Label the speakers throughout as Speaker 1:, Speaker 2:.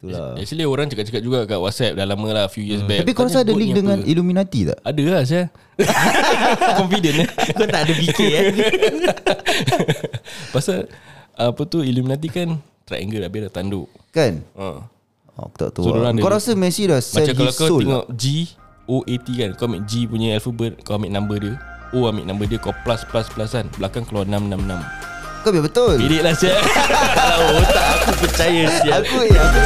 Speaker 1: Itulah.
Speaker 2: Actually orang cakap-cakap juga kat WhatsApp dah lama lah few years
Speaker 1: lah. Hmm.
Speaker 2: back.
Speaker 1: Tapi kau rasa ada link dengan Illuminati tak?
Speaker 2: Ada lah saya. Confident eh.
Speaker 3: Kau tak ada fikir eh
Speaker 2: Pasal apa tu Illuminati kan triangle habis dah tanduk.
Speaker 1: Kan?
Speaker 2: Ha.
Speaker 1: Oh, aku tak tahu.
Speaker 2: So,
Speaker 1: lah.
Speaker 2: diorang
Speaker 1: Kau
Speaker 2: ada-
Speaker 1: rasa Messi dah sell
Speaker 2: Macam kalau
Speaker 1: his
Speaker 2: kau
Speaker 1: soul
Speaker 2: tengok G O A T kan Kau ambil G punya alphabet Kau ambil number dia O ambil number dia Kau plus plus plus kan Belakang keluar 666
Speaker 1: Kau biar betul.
Speaker 2: Bidik lah siap Kalau otak aku percaya siap
Speaker 1: Aku ya, aku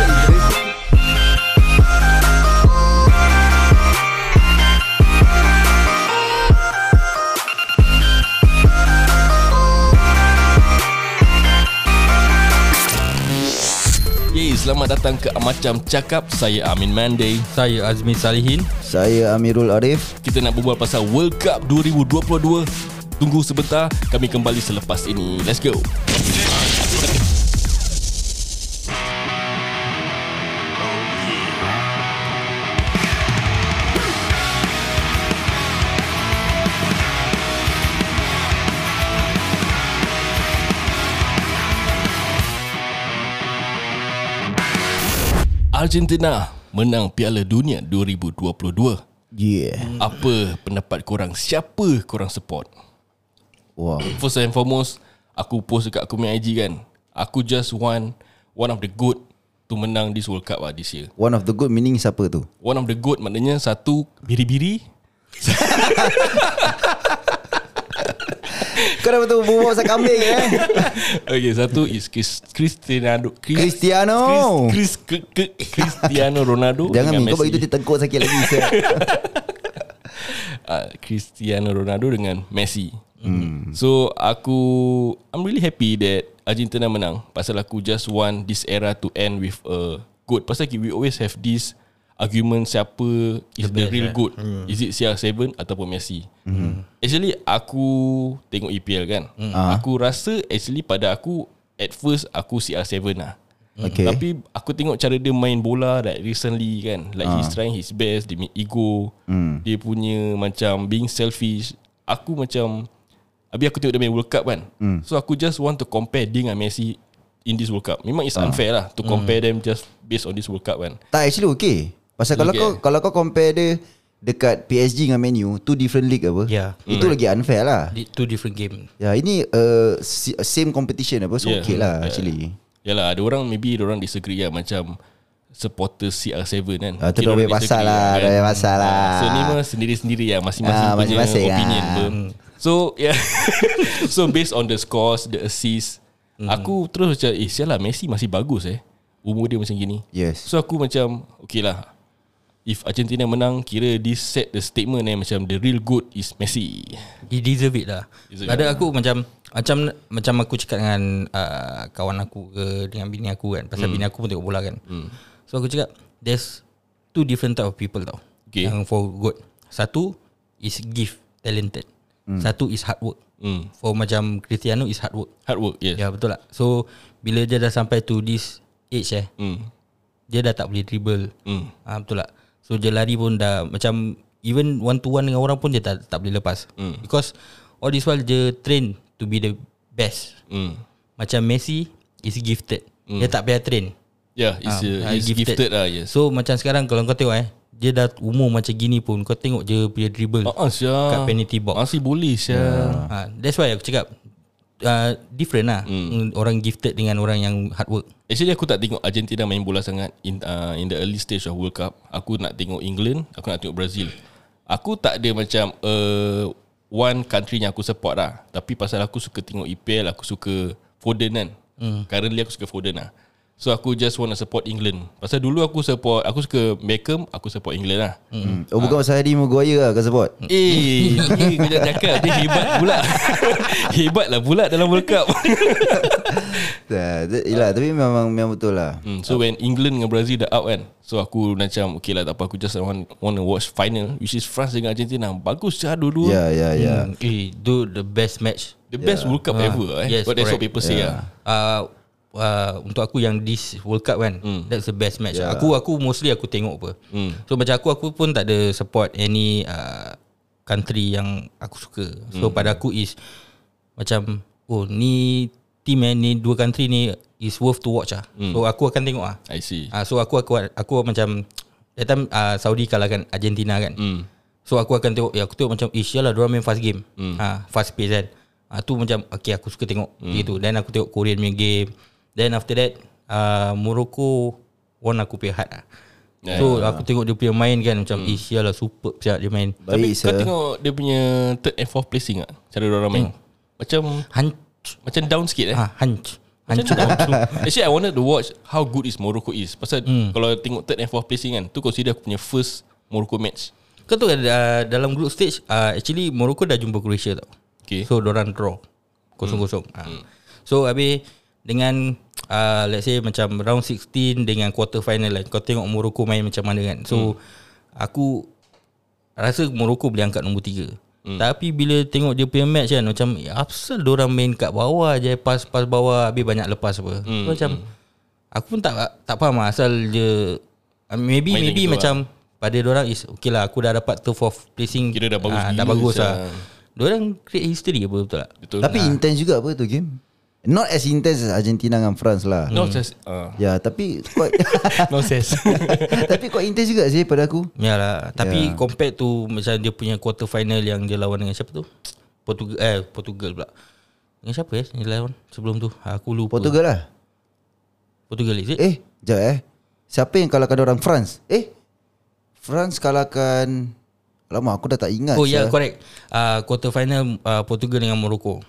Speaker 2: Yeay selamat datang ke Macam Cakap Saya Amin Manday
Speaker 3: Saya Azmi Salihin
Speaker 1: Saya Amirul Arif.
Speaker 2: Kita nak berbual pasal World Cup 2022 Tunggu sebentar Kami kembali selepas ini Let's go Argentina menang Piala Dunia 2022
Speaker 1: Yeah.
Speaker 2: Apa pendapat korang Siapa korang support
Speaker 1: Wow.
Speaker 2: First and foremost Aku post dekat aku punya IG kan Aku just want One of the good To menang this World Cup lah this year
Speaker 1: One of the good meaning siapa tu?
Speaker 2: One of the good maknanya Satu Biri-biri
Speaker 1: Kau dah betul bubuk pasal kambing eh.
Speaker 2: Okay satu is Chris, Cristiano Chris,
Speaker 1: Cristiano.
Speaker 2: Chris, Chris, ke- ke- Cristiano Ronaldo
Speaker 1: Jangan
Speaker 2: dengan
Speaker 1: min, kau
Speaker 2: Messi.
Speaker 1: begitu ditengkuk sakit lagi. sial.
Speaker 2: Ah, Cristiano Ronaldo dengan Messi. So aku I'm really happy that Argentina menang pasal aku just want this era to end with a good. Pasal we always have this argument siapa is the, real good. Is it CR7 ataupun Messi? Actually aku tengok EPL kan. Aku rasa actually pada aku at first aku CR7 lah.
Speaker 1: Okay.
Speaker 2: Tapi aku tengok cara dia main bola like recently kan. Like he's trying his best, dia punya ego, dia punya macam being selfish. Aku macam habis aku tengok dia main World Cup kan. So aku just want to compare dia dengan Messi in this World Cup. Memang it's unfair lah to compare them just based on this World Cup kan.
Speaker 1: tak actually okay. Pasal kalau
Speaker 2: Okay.
Speaker 1: kau kalau kau compare dia dekat PSG dengan Man U, two different league apa?
Speaker 3: Yeah.
Speaker 1: Itu lagi unfair lah.
Speaker 3: Di- Two different game
Speaker 1: Ya, ini uh, si- same competition apa. So
Speaker 2: Yeah.
Speaker 1: okay lah actually.
Speaker 2: Yalah ada orang maybe orang disagree lah macam supporter CR7 kan.
Speaker 1: Ah, tu dah
Speaker 2: Mungkin dorang
Speaker 1: punya pasal
Speaker 2: disagree kan. Ah,
Speaker 1: lah, dah punya pasal lah.
Speaker 2: So ni mah sendiri-sendiri lah masing-masing
Speaker 1: Ah,
Speaker 2: punya
Speaker 1: masing-masing
Speaker 2: opinion
Speaker 1: lah.
Speaker 2: lah. So yeah. so based on the scores, the assist,
Speaker 1: Hmm.
Speaker 2: aku terus macam eh sial lah Messi masih bagus eh. Umur dia macam gini.
Speaker 1: Yes.
Speaker 2: So aku macam okay lah. If Argentina menang Kira this set the statement eh Macam the real good is Messi
Speaker 3: He deserve it lah
Speaker 2: Deserve
Speaker 3: Ada aku macam Macam macam aku cakap dengan uh, Kawan aku ke Dengan bini aku
Speaker 2: Hmm.
Speaker 3: kan Pasal bini aku pun tengok bola kan So aku cakap There's Two different type of people tau
Speaker 2: Okay.
Speaker 3: Yang for good Satu Is gift Talented Satu is hard work
Speaker 2: Hmm.
Speaker 3: For macam Cristiano is hard work
Speaker 2: Hard work yes.
Speaker 3: Ya betul lah So Bila dia dah sampai to this Age eh
Speaker 2: Hmm.
Speaker 3: Dia dah tak boleh dribble
Speaker 2: Hmm.
Speaker 3: Ah betul lah. So dia lari pun dah macam even one to one dengan orang pun dia tak tak boleh lepas.
Speaker 2: Hmm.
Speaker 3: Mm. Because all this while dia train to be the best.
Speaker 2: Hmm.
Speaker 3: Macam Messi is gifted. Mm. Dia tak payah train.
Speaker 2: Yeah, it's, uh,
Speaker 3: Ah,
Speaker 2: it's Hmm. gifted. lah yes.
Speaker 3: So macam sekarang kalau kau tengok eh, dia dah umur macam gini pun kau tengok je dia dribble.
Speaker 2: Ah, ah Syah.
Speaker 3: Kat penalty box.
Speaker 2: Masih boleh Syah.
Speaker 3: Ah, that's why aku cakap uh, different lah
Speaker 2: Hmm.
Speaker 3: mm. orang gifted dengan orang yang hard work.
Speaker 2: Actually aku tak tengok Argentina main bola sangat in, uh, in the early stage of World Cup. Aku nak tengok England, aku nak tengok Brazil. Aku tak ada macam uh, one country yang aku support lah. Tapi pasal aku suka tengok EPL, aku suka Foden kan.
Speaker 3: Hmm.
Speaker 2: Currently aku suka Foden lah. So aku just want to support England. Pasal dulu aku support, aku suka Beckham, aku support England lah.
Speaker 1: Hmm. Oh bukan pasal Harry Maguire lah kau support.
Speaker 2: Eh, dia kena cakap dia hebat pula. hebat lah pula dalam World Cup.
Speaker 1: Tak, tu- Ya, Yelah tapi memang memang betul lah.
Speaker 2: Hmm, so when England dengan Brazil dah out kan So aku macam Okay lah tak apa Aku just want, want to watch final Which is France dengan Argentina Bagus lah dua-dua
Speaker 1: Ya ya ya.
Speaker 3: Mm. Eh, do the best match
Speaker 2: The best World Cup ever eh.
Speaker 3: Ah. yes,
Speaker 2: But that's what
Speaker 3: correct.
Speaker 2: people say lah
Speaker 3: uh, uh, untuk aku yang this World Cup kan mm. that's the best match yeah. aku aku mostly aku tengok apa mm. so macam aku aku pun tak ada support any uh, country yang aku suka so mm. pada aku is macam oh ni team eh ni dua country ni is worth to watch ah. Mm. So aku akan tengok ah.
Speaker 2: I see.
Speaker 3: Ah so aku aku aku macam that time ah, Saudi kalahkan Argentina kan. Mm. So aku akan tengok ya aku tengok macam eh lah dia main fast game. Mm. Ah fast pace kan. Ah tu macam okay aku suka tengok mm. gitu. Then aku tengok Korean punya game. Then after that ah Morocco won aku punya heart ah.
Speaker 2: Yeah.
Speaker 3: Yeah. So aku tengok dia punya main kan macam mm. eh lah superb siap dia main.
Speaker 1: Baik
Speaker 2: Tapi kau
Speaker 1: sir.
Speaker 2: tengok dia punya third and fourth placing ah. Cara dia orang main. Macam
Speaker 3: Hunch.
Speaker 2: macam down sikit eh.
Speaker 3: Eh. Ah hunch. Hunch.
Speaker 2: Macam down. Actually I wanted to watch how good is Morocco is. Pasal
Speaker 3: Hmm.
Speaker 2: kalau tengok third and fourth placing kan, tu consider aku punya first Morocco match.
Speaker 3: Kau tahu kan uh, dalam group stage uh, actually Morocco dah jumpa Croatia tau.
Speaker 2: Okay.
Speaker 3: So orang draw kosong-kosong. Hmm. Hmm. So habis dengan uh, let's say macam round 16 dengan quarter final lah. Kau tengok Morocco main macam mana kan. So hmm. aku rasa Morocco boleh angkat nombor 3. Hmm. Tapi bila tengok dia punya match kan macam eh, asal orang main kat bawah je pas-pas bawah habis banyak lepas apa. Hmm. So, macam aku pun tak tak faham lah asal dia ah, maybe
Speaker 2: Main
Speaker 3: maybe
Speaker 2: gitu
Speaker 3: macam pada orang is okay lah aku dah dapat third fourth placing
Speaker 2: Kira dah bagus
Speaker 3: ah, dah
Speaker 2: gila
Speaker 3: bagus
Speaker 2: sia.
Speaker 3: lah. Diorang create history apa betul tak?
Speaker 2: Betul. Ah.
Speaker 1: Tapi intense juga apa tu game? Not as intense as Argentina dengan France lah.
Speaker 2: no sense. Uh,
Speaker 1: Ya, tapi quite
Speaker 2: no sense.
Speaker 1: tapi quite intense juga sih pada aku.
Speaker 3: Yalah,
Speaker 1: Yeah.
Speaker 3: tapi yeah. compared to macam dia punya quarter final yang dia lawan dengan siapa tu? Portugal eh Portugal pula. Dengan siapa eh dia lawan sebelum tu? Ah, Aku lupa.
Speaker 1: Portugal lah.
Speaker 3: Portugal is it?
Speaker 1: Eh, jap eh. Siapa yang kalahkan orang France? Eh. France kalahkan Lama aku dah tak ingat.
Speaker 3: Oh ya yeah,
Speaker 1: sia.
Speaker 3: correct uh, Quarter final uh, Portugal dengan Morocco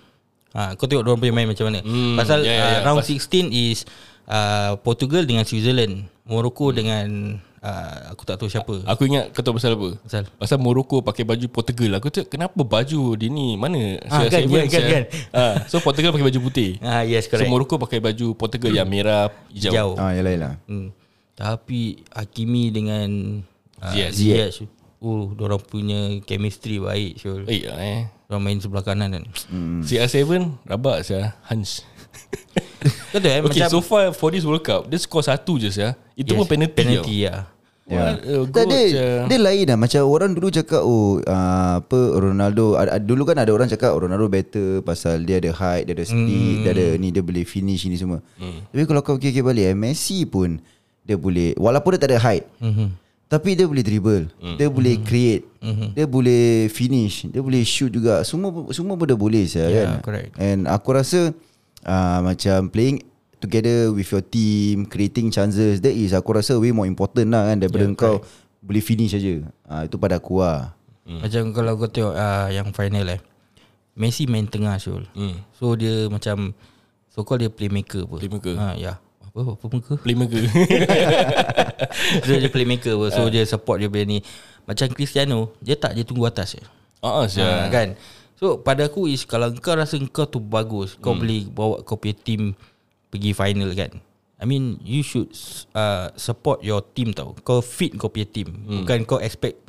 Speaker 3: uh, Kau tengok diorang punya main macam mana
Speaker 2: Hmm, ya,
Speaker 3: Pasal
Speaker 2: ya,
Speaker 3: yeah,
Speaker 2: ya.
Speaker 3: yeah, uh, round
Speaker 2: Pas-
Speaker 3: 16 is uh, Portugal dengan Switzerland Morocco dengan uh, Aku tak tahu siapa
Speaker 2: aku ingat kau tahu pasal apa?
Speaker 3: Pasal
Speaker 2: Pasal Morocco pakai baju Portugal lah. Aku cakap kenapa baju dia ni Mana
Speaker 3: Ah, kan,
Speaker 2: Seven,
Speaker 3: kan,
Speaker 2: sia.
Speaker 3: kan.
Speaker 2: Ah, So Portugal pakai baju putih
Speaker 3: Ah
Speaker 2: So
Speaker 3: yes correct Hmm. Semua
Speaker 2: Morocco pakai baju Portugal Yang merah Hijau,
Speaker 3: jauh
Speaker 1: Ah, yalah yalah.
Speaker 3: hmm. Tapi Hakimi dengan uh,
Speaker 2: Ziyech.
Speaker 3: Ziyech Oh diorang punya chemistry baik Syul
Speaker 2: Eh, eh.
Speaker 3: Diorang main sebelah kanan kan
Speaker 2: CR7 Rabak saya Hans
Speaker 3: Kau tahu eh
Speaker 2: Okay
Speaker 3: macam
Speaker 2: so far For this World Cup Dia score satu je saya Itu
Speaker 3: Yes,
Speaker 2: pun penalty
Speaker 3: Penalty lah
Speaker 2: Ya.
Speaker 1: Yeah. Tak dia,
Speaker 3: eh.
Speaker 1: dia lain lah Macam orang dulu cakap Oh uh, apa Ronaldo ad, ad, Dulu kan ada orang cakap oh, Ronaldo better Pasal dia ada height Dia ada speed Dia
Speaker 3: Hmm.
Speaker 1: ada ni Dia boleh finish ni semua Tapi kalau kau fikir-fikir balik eh, Messi pun Dia boleh Walaupun dia tak ada height
Speaker 3: Hmm.
Speaker 1: Tapi dia boleh dribble Dia boleh create Dia boleh finish Dia boleh shoot juga Semua semua pun dia boleh saya
Speaker 3: Yeah,
Speaker 1: kan
Speaker 3: Ya, correct.
Speaker 1: And aku rasa uh, Macam playing Together with your team Creating chances That is aku rasa Way more important lah kan Daripada yeah, kau Boleh finish aja uh, Itu pada aku lah
Speaker 3: Hmm. Macam kalau kau tengok uh, yang final eh. Messi main tengah Syul. Hmm. So dia macam so called dia playmaker apa.
Speaker 2: Playmaker.
Speaker 3: Ha ya. Apa apa muka?
Speaker 2: Playmaker
Speaker 3: so dia playmaker apa.
Speaker 2: Ah.
Speaker 3: So dia support dia punya ni. Macam Cristiano, dia tak dia tunggu atas eh. je.
Speaker 2: Ah, ah, sia.
Speaker 3: Ha, kan. So pada aku is kalau kau rasa kau tu bagus,
Speaker 2: Hmm.
Speaker 3: kau boleh bawa kau punya team pergi final kan. I mean you should uh, support your team tau. Kau fit kau punya team. Bukan kau expect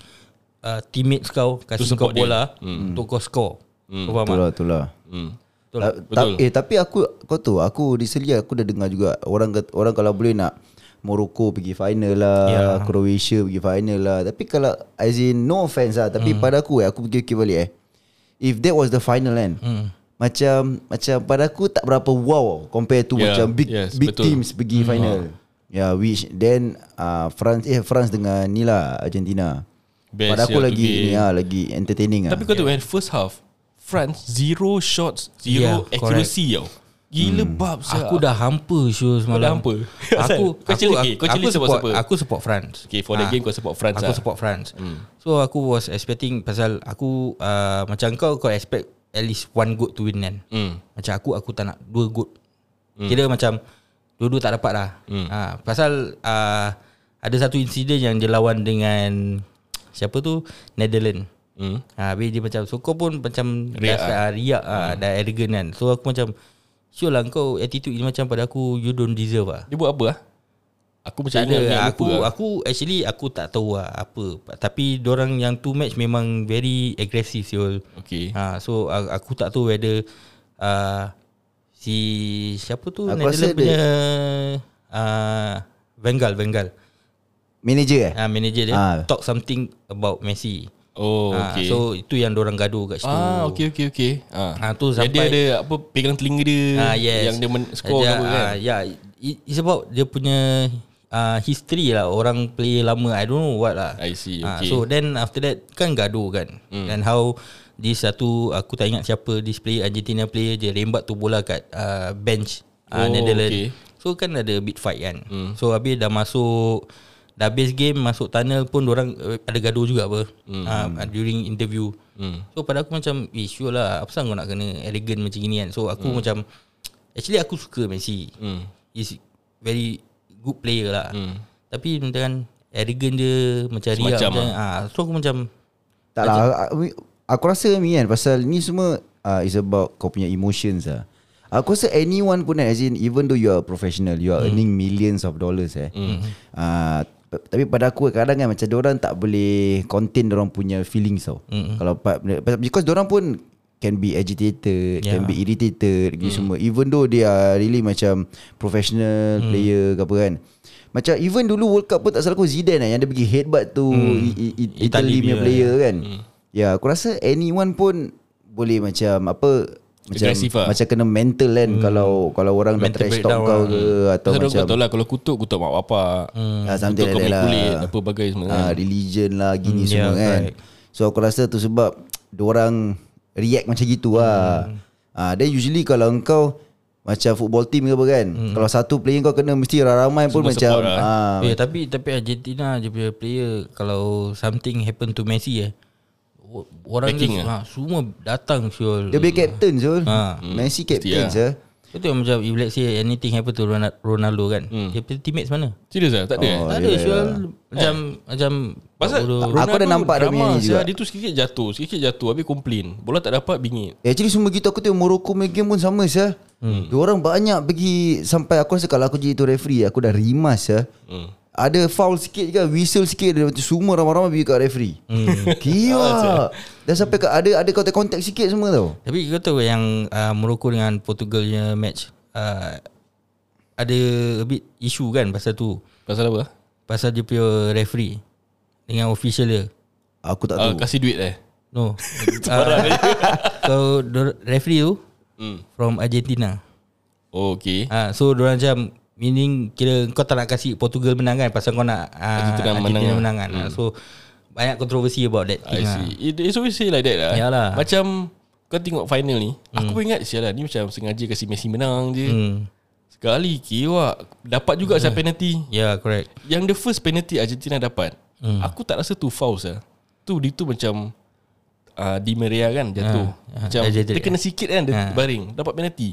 Speaker 3: uh, teammates kau kasih kau
Speaker 2: Hmm. support dia.
Speaker 3: bola untuk kau score. Kau faham
Speaker 1: Betul
Speaker 3: tak?
Speaker 1: lah Betul lah
Speaker 2: Hmm.
Speaker 3: Betul.
Speaker 1: Ta- ta- eh tapi aku kau tahu aku recently aku dah dengar juga orang kat- orang kalau boleh nak Morocco pergi final lah
Speaker 2: Ya.
Speaker 1: yeah. Croatia pergi final lah tapi kalau as in no offense lah tapi mm.
Speaker 2: Hmm.
Speaker 1: pada aku eh, aku fikir-fikir balik eh if that was the final kan mm.
Speaker 2: Hmm.
Speaker 1: macam macam pada aku tak berapa wow compare to
Speaker 2: Yeah,
Speaker 1: yeah. macam big
Speaker 2: Ya, yes,
Speaker 1: yes, big
Speaker 2: betul. Hmm, ha.
Speaker 1: betul. teams pergi mm. final yeah which then uh, France eh France dengan ni lah Argentina
Speaker 2: Best
Speaker 1: pada aku
Speaker 2: yeah,
Speaker 1: lagi
Speaker 2: today.
Speaker 1: ni lah lagi entertaining
Speaker 2: Tapi
Speaker 1: lah
Speaker 2: kau tengok yeah. First half France Zero shots Zero
Speaker 3: Yeah,
Speaker 2: accuracy tau Gila bab sia.
Speaker 3: Ya, Aku dah hampa show semalam.
Speaker 2: dah hampa? Asal?
Speaker 3: Aku
Speaker 2: Kau
Speaker 3: aku
Speaker 2: cheerlead
Speaker 3: aku,
Speaker 2: ke? Kau
Speaker 3: aku
Speaker 2: cheerlead support
Speaker 3: support
Speaker 2: siapa?
Speaker 3: aku support France.
Speaker 2: Okay for the
Speaker 3: Ah.
Speaker 2: game Kau support France
Speaker 3: Aku
Speaker 2: ah.
Speaker 3: support France hmm. So aku was expecting Pasal aku uh, Macam kau Kau expect At least one good to win kan
Speaker 2: Hmm.
Speaker 3: Macam aku Aku tak nak Dua good hmm. Kira macam Dua-dua tak dapat lah hmm. ha, Pasal uh, Ada satu insiden Yang dia lawan dengan Siapa tu Netherlands
Speaker 2: Hmm.
Speaker 3: ha, Habis dia macam So kau pun macam
Speaker 2: Riak
Speaker 3: Dah, riak ah, Dah arrogant kan So aku macam Sure lah kau Attitude ni macam pada aku You don't deserve lah
Speaker 2: Dia buat apa ah? Aku macam
Speaker 3: tak
Speaker 2: ingat ingat lupa
Speaker 3: ada aku
Speaker 2: lah.
Speaker 3: aku actually aku tak tahu lah apa tapi orang yang two match memang very aggressive siul.
Speaker 2: Okay.
Speaker 3: Ha so a- aku tak tahu whether uh, si siapa tu
Speaker 1: Aku
Speaker 3: Netherlands
Speaker 1: rasa dia-
Speaker 3: punya uh, Vengal Vengal.
Speaker 1: manager eh
Speaker 3: Ha manager dia
Speaker 1: Ah.
Speaker 3: talk something about Messi.
Speaker 2: Oh
Speaker 3: Ah,
Speaker 2: okay
Speaker 3: So itu yang orang gaduh kat situ.
Speaker 2: Ah okay okay okay ah.
Speaker 3: Ah, tu
Speaker 2: Jadi dia
Speaker 3: sampai-
Speaker 2: ada apa Pegang telinga dia
Speaker 3: Ah yes.
Speaker 2: Yang dia men- score
Speaker 3: dia,
Speaker 2: apa kan
Speaker 3: ah, yeah, It- it's about dia punya uh, history lah orang player lama. I don't know what lah.
Speaker 2: I see,
Speaker 3: Ah,
Speaker 2: okay.
Speaker 3: so then after that kan gaduh kan. Mm. And how this satu aku tak ingat siapa this player Argentina player dia rembat tu bola kat uh, bench
Speaker 2: Oh,
Speaker 3: uh, Netherlands.
Speaker 2: okay.
Speaker 3: So kan ada bit fight kan. Mm. So habis dah masuk dah habis game masuk tunnel pun orang ada gaduh juga apa mm. uh, during interview. Mm. So pada aku macam eh sure lah apa pasal kau nak kena arrogant macam gini kan. So aku mm. macam actually aku suka Messi. Mm.
Speaker 2: Hmm.
Speaker 3: He's very good player lah. Mm. Tapi dengan arrogant dia macam riak
Speaker 2: Semacam
Speaker 3: macam ah. so aku macam
Speaker 1: Tak lah aku- Aku rasa ni kan Pasal ni semua uh, Is about Kau punya emotions lah Aku rasa anyone pun kan, As in Even though you are a professional You are mm. earning millions of dollars eh mm. uh, t- Tapi pada aku kadang kan Macam orang tak boleh Contain orang punya feelings tau mm. Kalau pa- Because orang pun Can be agitated yeah. Can be irritated mm. semua Even though they are Really macam Professional mm. Player ke apa kan macam even dulu World Cup pun tak salah aku Zidane lah Yang dia pergi headbutt tu I- I- I- Hmm. Italy punya
Speaker 3: punya,
Speaker 1: player kan Ya aku rasa anyone pun Boleh macam apa Macam,
Speaker 2: Agresif lah.
Speaker 1: macam kena mental kan Kalau kalau orang dah
Speaker 3: Mental
Speaker 1: trash talk
Speaker 3: breakdown
Speaker 1: kau ke Atau
Speaker 2: Pasal
Speaker 1: macam
Speaker 2: kau tahu lah Kalau kutuk Kutuk mak bapak
Speaker 3: Hmm.
Speaker 1: ah, Something
Speaker 2: Kutuk kau
Speaker 1: like
Speaker 2: punya
Speaker 1: that
Speaker 2: kulit
Speaker 1: lah
Speaker 2: Apa bagai semua
Speaker 1: ah,
Speaker 2: kan
Speaker 1: Religion lah Gini
Speaker 3: Hmm,
Speaker 1: semua
Speaker 3: yeah,
Speaker 1: kan
Speaker 3: correct.
Speaker 1: So aku rasa tu sebab Diorang React macam gitu lah ah, Then usually kalau kau Macam football team ke apa kan Kalau satu player kau kena Mesti ramai pun
Speaker 2: Semua
Speaker 1: macam
Speaker 2: support lah, eh.
Speaker 1: ah,
Speaker 3: eh, tapi tapi Argentina dia punya player kalau something happen to Messi eh o- orang
Speaker 2: Backing
Speaker 3: dia, ha, semua datang syul.
Speaker 1: ya? Dia punya captain Zul
Speaker 3: Ah.
Speaker 1: Messi captain
Speaker 2: lah.
Speaker 1: je
Speaker 3: Kau tengok macam if let's say anything happen to Ronald- Ronaldo kan. Dia punya teammates mana?
Speaker 2: Serius lah tak ada eh?
Speaker 1: Hmm. Oh,
Speaker 3: tak ada
Speaker 1: yelah,
Speaker 3: syul macam macam
Speaker 2: Pasal
Speaker 3: bodoh.
Speaker 1: Aku dah nampak dia punya ni juga.
Speaker 2: Dia tu sikit jatuh Sikit jatuh Habis komplain Bola tak dapat bingit
Speaker 1: Eh, Actually semua gitu aku tengok Morocco main game pun sama sah. Hmm. Orang banyak pergi sampai aku rasa kalau aku jadi tu referee aku dah rimas sah. Hmm. Ada foul sikit juga, whistle sikit dia macam semua ramai-ramai pergi kat referee. Hmm. Gila. Dah sampai kat ada ada kau kontak sikit semua tau.
Speaker 3: Tapi kau tahu yang uh, Morocco dengan Portugal punya match uh, ada a bit issue kan pasal tu.
Speaker 2: Pasal apa
Speaker 3: Pasal dia punya referee dengan official dia.
Speaker 1: Aku tak
Speaker 2: Ah,
Speaker 1: tahu.
Speaker 2: Kasih duit eh
Speaker 3: No. uh, so the referee tu
Speaker 2: Hmm.
Speaker 3: from Argentina.
Speaker 2: Oh, okay.
Speaker 3: Ah uh, so diorang macam meaning kira kau tak nak kasi Portugal menang kan pasal kau nak uh,
Speaker 2: Argentina menang
Speaker 3: Argentina, Argentina
Speaker 2: lah.
Speaker 3: menang, kan. Hmm. So banyak controversy about that
Speaker 2: I
Speaker 3: thing. lah.
Speaker 2: see. It, it's always say like that lah.
Speaker 3: Yalah.
Speaker 2: Macam kau tengok final ni, aku pun ingat sialah ni macam sengaja kasi Messi menang je.
Speaker 3: Hmm.
Speaker 2: Sekali kiwa dapat juga saya penalty.
Speaker 3: Yeah, Ya, correct.
Speaker 2: Yang the first penalty Argentina dapat,
Speaker 3: Hmm.
Speaker 2: aku tak rasa tu foul sah. Tu dia tu macam uh, Di Maria kan jatuh.
Speaker 3: Ah, ah,
Speaker 2: macam
Speaker 3: dia Ah. jatuh.
Speaker 2: dia kena sikit kan dia baring, dapat penalty.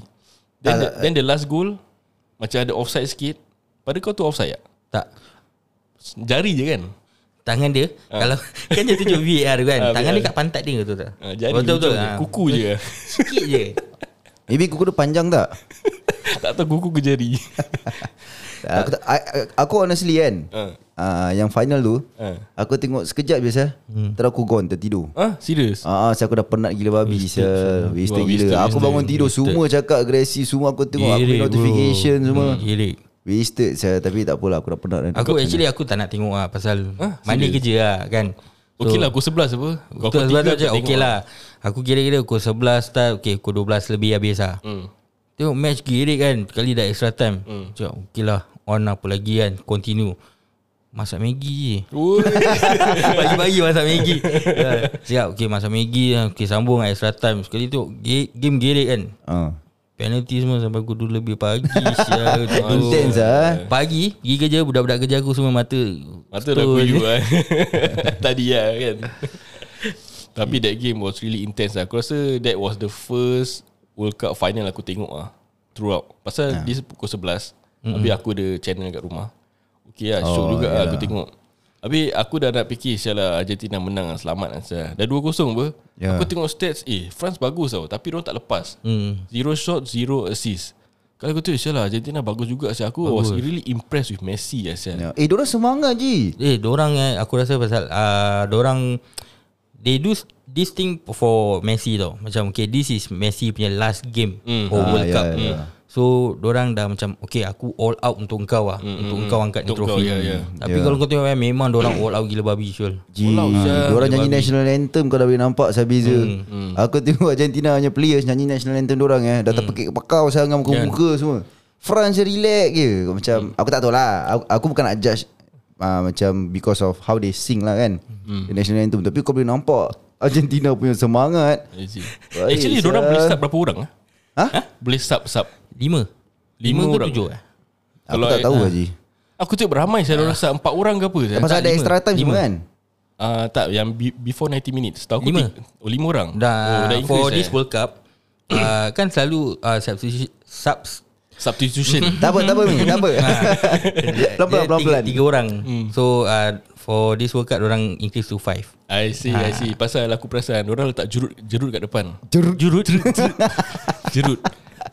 Speaker 2: Then, the, then the last goal macam ada offside sikit. Pada kau tu offside tak?
Speaker 3: Tak.
Speaker 2: Jari je kan?
Speaker 3: Tangan dia kalau kan dia tunjuk VAR kan.
Speaker 2: Ah,
Speaker 3: tangan
Speaker 2: VAR.
Speaker 3: dia kat pantat dia tu tak.
Speaker 2: Uh, jari
Speaker 3: betul betul.
Speaker 2: hujung je,
Speaker 3: ah.
Speaker 2: Kuku je.
Speaker 3: Sikit je.
Speaker 1: Maybe kuku dia panjang tak?
Speaker 2: tak tahu kuku ke jari.
Speaker 1: aku tak, I, I- aku honestly kan.
Speaker 2: Ah.
Speaker 1: Uh, yang final tu
Speaker 2: Ah.
Speaker 1: Aku tengok sekejap je sah hmm. Terus aku gone tertidur
Speaker 2: Ah, serius?
Speaker 1: Ah, ah, saya aku dah penat gila babi saya. Wasted
Speaker 2: Wah, wasted,
Speaker 1: gila. Aku
Speaker 2: wasted,
Speaker 1: bangun tidur semua cakap agresif semua aku tengok aku punya
Speaker 3: Girik, bro.
Speaker 1: notification semua.
Speaker 3: Hmm, Girik.
Speaker 1: Wasted saya tapi tak apalah aku dah penat dah.
Speaker 3: Aku actually aku tak nak tengok lah pasal
Speaker 2: Ah,
Speaker 3: mandi kerja lah kan.
Speaker 2: Okey lah, pukul 11 apa? Kau
Speaker 3: Pukul 11 tu okey lah. Aku kira-kira pukul 11 start, okey pukul 12 lebih habis lah.
Speaker 2: Hmm.
Speaker 3: Tengok match girik kan, kali dah extra time. Hmm. Cakap, okey lah, on apa lagi kan, continue. Masak Maggi je. Pagi-pagi masak Maggi. Ya, Cakap, okey masak Maggi lah. Okey sambung lah extra time. Sekali tu, gi- game girik kan.
Speaker 1: Ah.
Speaker 3: Penalty semua sampai aku dulu lebih pagi Sial tidur.
Speaker 2: lah.
Speaker 1: Intense ah.
Speaker 3: Pagi Pergi kerja Budak-budak kerja aku semua mata
Speaker 2: Mata dah
Speaker 3: betul
Speaker 2: kuyu
Speaker 3: je.
Speaker 2: kan. Tadi lah kan. Tapi that game was really intense lah. Aku rasa that was the first World Cup final aku tengok lah. Throughout. Pasal this pukul 11. Habis aku ada channel kat rumah. Okey lah, syok juga lah aku tengok. Habis aku dah nak fikir Sial lah Argentina menang lah Selamat lah sial. Dah 2-0 apa
Speaker 1: Ya.
Speaker 2: Aku tengok stats Eh France bagus tau Tapi orang tak lepas hmm. Zero shot Zero assist Kalau aku tengok Sial lah Argentina bagus juga sial. Aku was really impressed with Messi lah sial.
Speaker 1: Ya. Eh, diorang semangat je.
Speaker 3: Eh dorang eh, Aku rasa pasal uh, Dorang They do s- This thing for Messi tau Macam okay This is Messi punya last game For
Speaker 2: Hmm.
Speaker 1: Ah,
Speaker 3: World
Speaker 1: ya,
Speaker 3: Cup Hmm.
Speaker 1: ya.
Speaker 3: So So orang dah macam Okay aku all out untuk kau lah mm, Untuk kau angkat ni
Speaker 2: Hmm, Untuk
Speaker 3: trofi
Speaker 2: kau, ya, ya.
Speaker 3: Tapi yeah. kalau kau tengok kan, Memang orang all out gila babi Syul
Speaker 1: Ji, orang nyanyi national anthem kau dah boleh nampak saya beza.
Speaker 3: Hmm,
Speaker 1: Aku tengok Argentina punya players nyanyi national anthem orang eh,
Speaker 3: Hmm.
Speaker 1: dah terpekik pakau saya dengan muka-muka
Speaker 3: Kan.
Speaker 1: semua. France dia relax je. Macam
Speaker 3: Hmm.
Speaker 1: aku tak tahu lah. Aku, aku bukan nak judge uh, macam because of how they sing lah kan. The
Speaker 3: Hmm.
Speaker 1: national anthem tapi kau boleh nampak Argentina punya semangat.
Speaker 2: Easy.
Speaker 1: Baik,
Speaker 2: Actually
Speaker 1: sir.
Speaker 2: diorang boleh sub berapa orang ah?
Speaker 1: Ha?
Speaker 2: Ha? Boleh sub sub.
Speaker 3: Lima
Speaker 2: Lima
Speaker 3: Lima ke
Speaker 2: orang. Oh,
Speaker 3: tujuh eh?
Speaker 1: Aku
Speaker 2: Kalau
Speaker 1: tak
Speaker 2: I-
Speaker 1: tahu
Speaker 2: ah.
Speaker 1: Haji.
Speaker 2: Aku tu beramai saya orang sub empat orang ke apa saya.
Speaker 1: Pasal ada
Speaker 3: ha. lima.
Speaker 1: extra time semua kan?
Speaker 2: Ah tak yang be- before 90 minutes. Tahu aku
Speaker 3: Lima.
Speaker 2: ti- Oh, lima orang.
Speaker 3: Dah oh,
Speaker 2: increase,
Speaker 3: For
Speaker 2: eh.
Speaker 3: this World Cup uh, Kan selalu uh, substitution, subs, Ah.
Speaker 2: substitution.
Speaker 1: Tak apa, tak apa ni, tak apa. Pelan-pelan,
Speaker 3: dia
Speaker 1: pelan-pelan.
Speaker 3: Tiga, tiga orang
Speaker 2: Hmm.
Speaker 3: So uh, For this World Cup orang increase to five
Speaker 2: I see, I see. Pasal aku perasan orang letak jerut jerut kat depan.
Speaker 1: Jerut.
Speaker 2: Jerut. Jerut. jerut.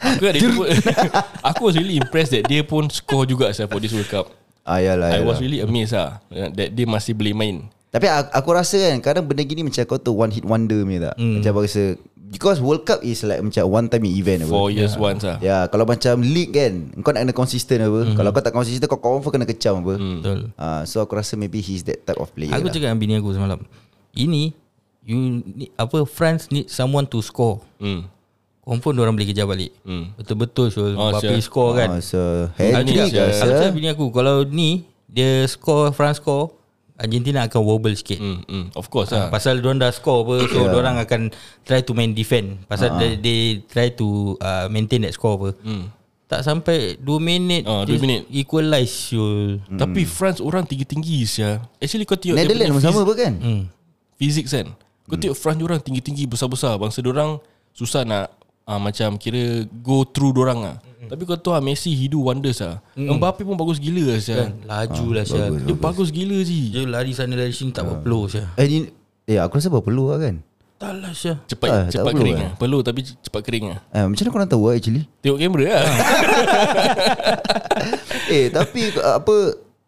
Speaker 2: Aku ada ikut. aku was really impressed that dia pun score juga saya for this World Cup.
Speaker 1: Ayalah,
Speaker 2: I
Speaker 1: ayalah.
Speaker 2: was really amazed lah that dia masih boleh main.
Speaker 1: Tapi aku, aku rasa kan Kadang benda gini macam kau tu One hit wonder punya tak mm. Macam aku rasa Because World Cup is like Macam one time event apa
Speaker 2: Four years once lah.
Speaker 1: Ya yeah, kalau macam league kan Kau nak kena konsisten apa mm. Kalau kau tak konsisten Kau confirm kena kecam apa
Speaker 2: Hmm.
Speaker 1: mm.
Speaker 3: Betul
Speaker 1: uh, So aku rasa maybe he's that type of player lah.
Speaker 3: Aku cakap dengan bini aku semalam Ini You need, Apa France need someone to score
Speaker 2: Hmm.
Speaker 3: Confirm orang boleh kejar balik
Speaker 2: Hmm.
Speaker 3: Betul-betul Syul
Speaker 2: Oh,
Speaker 3: oh, Bapak
Speaker 2: Syul.
Speaker 3: score
Speaker 1: Ah,
Speaker 3: kan
Speaker 1: So hat-trick
Speaker 2: ni lah,
Speaker 3: Aku cakap
Speaker 1: rasa
Speaker 3: bini aku Kalau ni Dia score France score Argentina akan wobble sikit
Speaker 2: Hmm, hmm. Of course
Speaker 3: Ah,
Speaker 2: lah.
Speaker 3: Pasal diorang dah score apa So yeah. diorang akan Try to main defend
Speaker 2: Ah,
Speaker 3: Pasal they, they try to uh, Maintain that score apa Tak sampai 2 minit
Speaker 2: Hmm. Ah, dua
Speaker 3: dia
Speaker 2: minit.
Speaker 3: Equalize Syul
Speaker 2: Tapi France orang tinggi-tinggi sia. Actually kau tengok dia
Speaker 1: Netherlands
Speaker 2: punya
Speaker 1: pun sama apa kan
Speaker 3: hmm.
Speaker 2: Fizik kan Kau tengok France orang tinggi-tinggi besar-besar Bangsa orang susah nak uh, Macam kira go through orang lah Tapi kau tahu lah Messi he do wonders lah Mbappe pun bagus gila lah kan?
Speaker 3: Laju lah Syul
Speaker 2: Dia bagus gila je
Speaker 3: Dia lari sana lari sini tak berpeluh Syah.
Speaker 1: Eh ni Eh aku rasa berpeluh lah kan
Speaker 3: Tak lah Syah.
Speaker 2: Cepat
Speaker 1: Ah, tak
Speaker 2: cepat
Speaker 1: perlu
Speaker 2: kering
Speaker 1: eh.
Speaker 2: lah Perlu tapi c- cepat kering lah
Speaker 1: eh, Macam mana korang tahu lah actually
Speaker 2: Tengok kamera lah
Speaker 1: Eh tapi uh, apa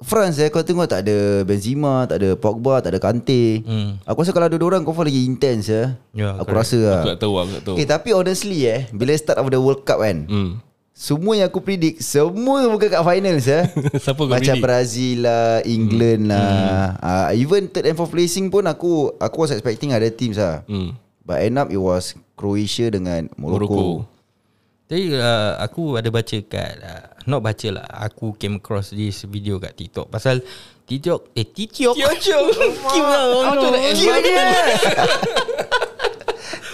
Speaker 1: France eh kau tengok tak ada Benzema, tak ada Pogba, tak ada Kante. Hmm. Aku rasa kalau ada orang kau lagi intense eh.
Speaker 3: Ya,
Speaker 1: aku rasa lah.
Speaker 2: Aku tak tahu lah, aku tak tahu
Speaker 1: Eh tapi honestly eh bila start of the World Cup kan. Hmm.
Speaker 2: hmm.
Speaker 1: Semua yang aku predict Semua bukan kat finals eh.
Speaker 2: Siapa kau
Speaker 1: Macam
Speaker 2: predict?
Speaker 1: Brazil lah England lah uh, Even third and fourth placing pun Aku aku was expecting ada teams lah
Speaker 2: hmm.
Speaker 1: But end up it was Croatia dengan Morocco,
Speaker 2: Morocco
Speaker 3: Tapi uh, aku ada baca kat uh, not baca lah. Aku came across this video kat TikTok pasal TikTok eh TikTok. lah, TikTok.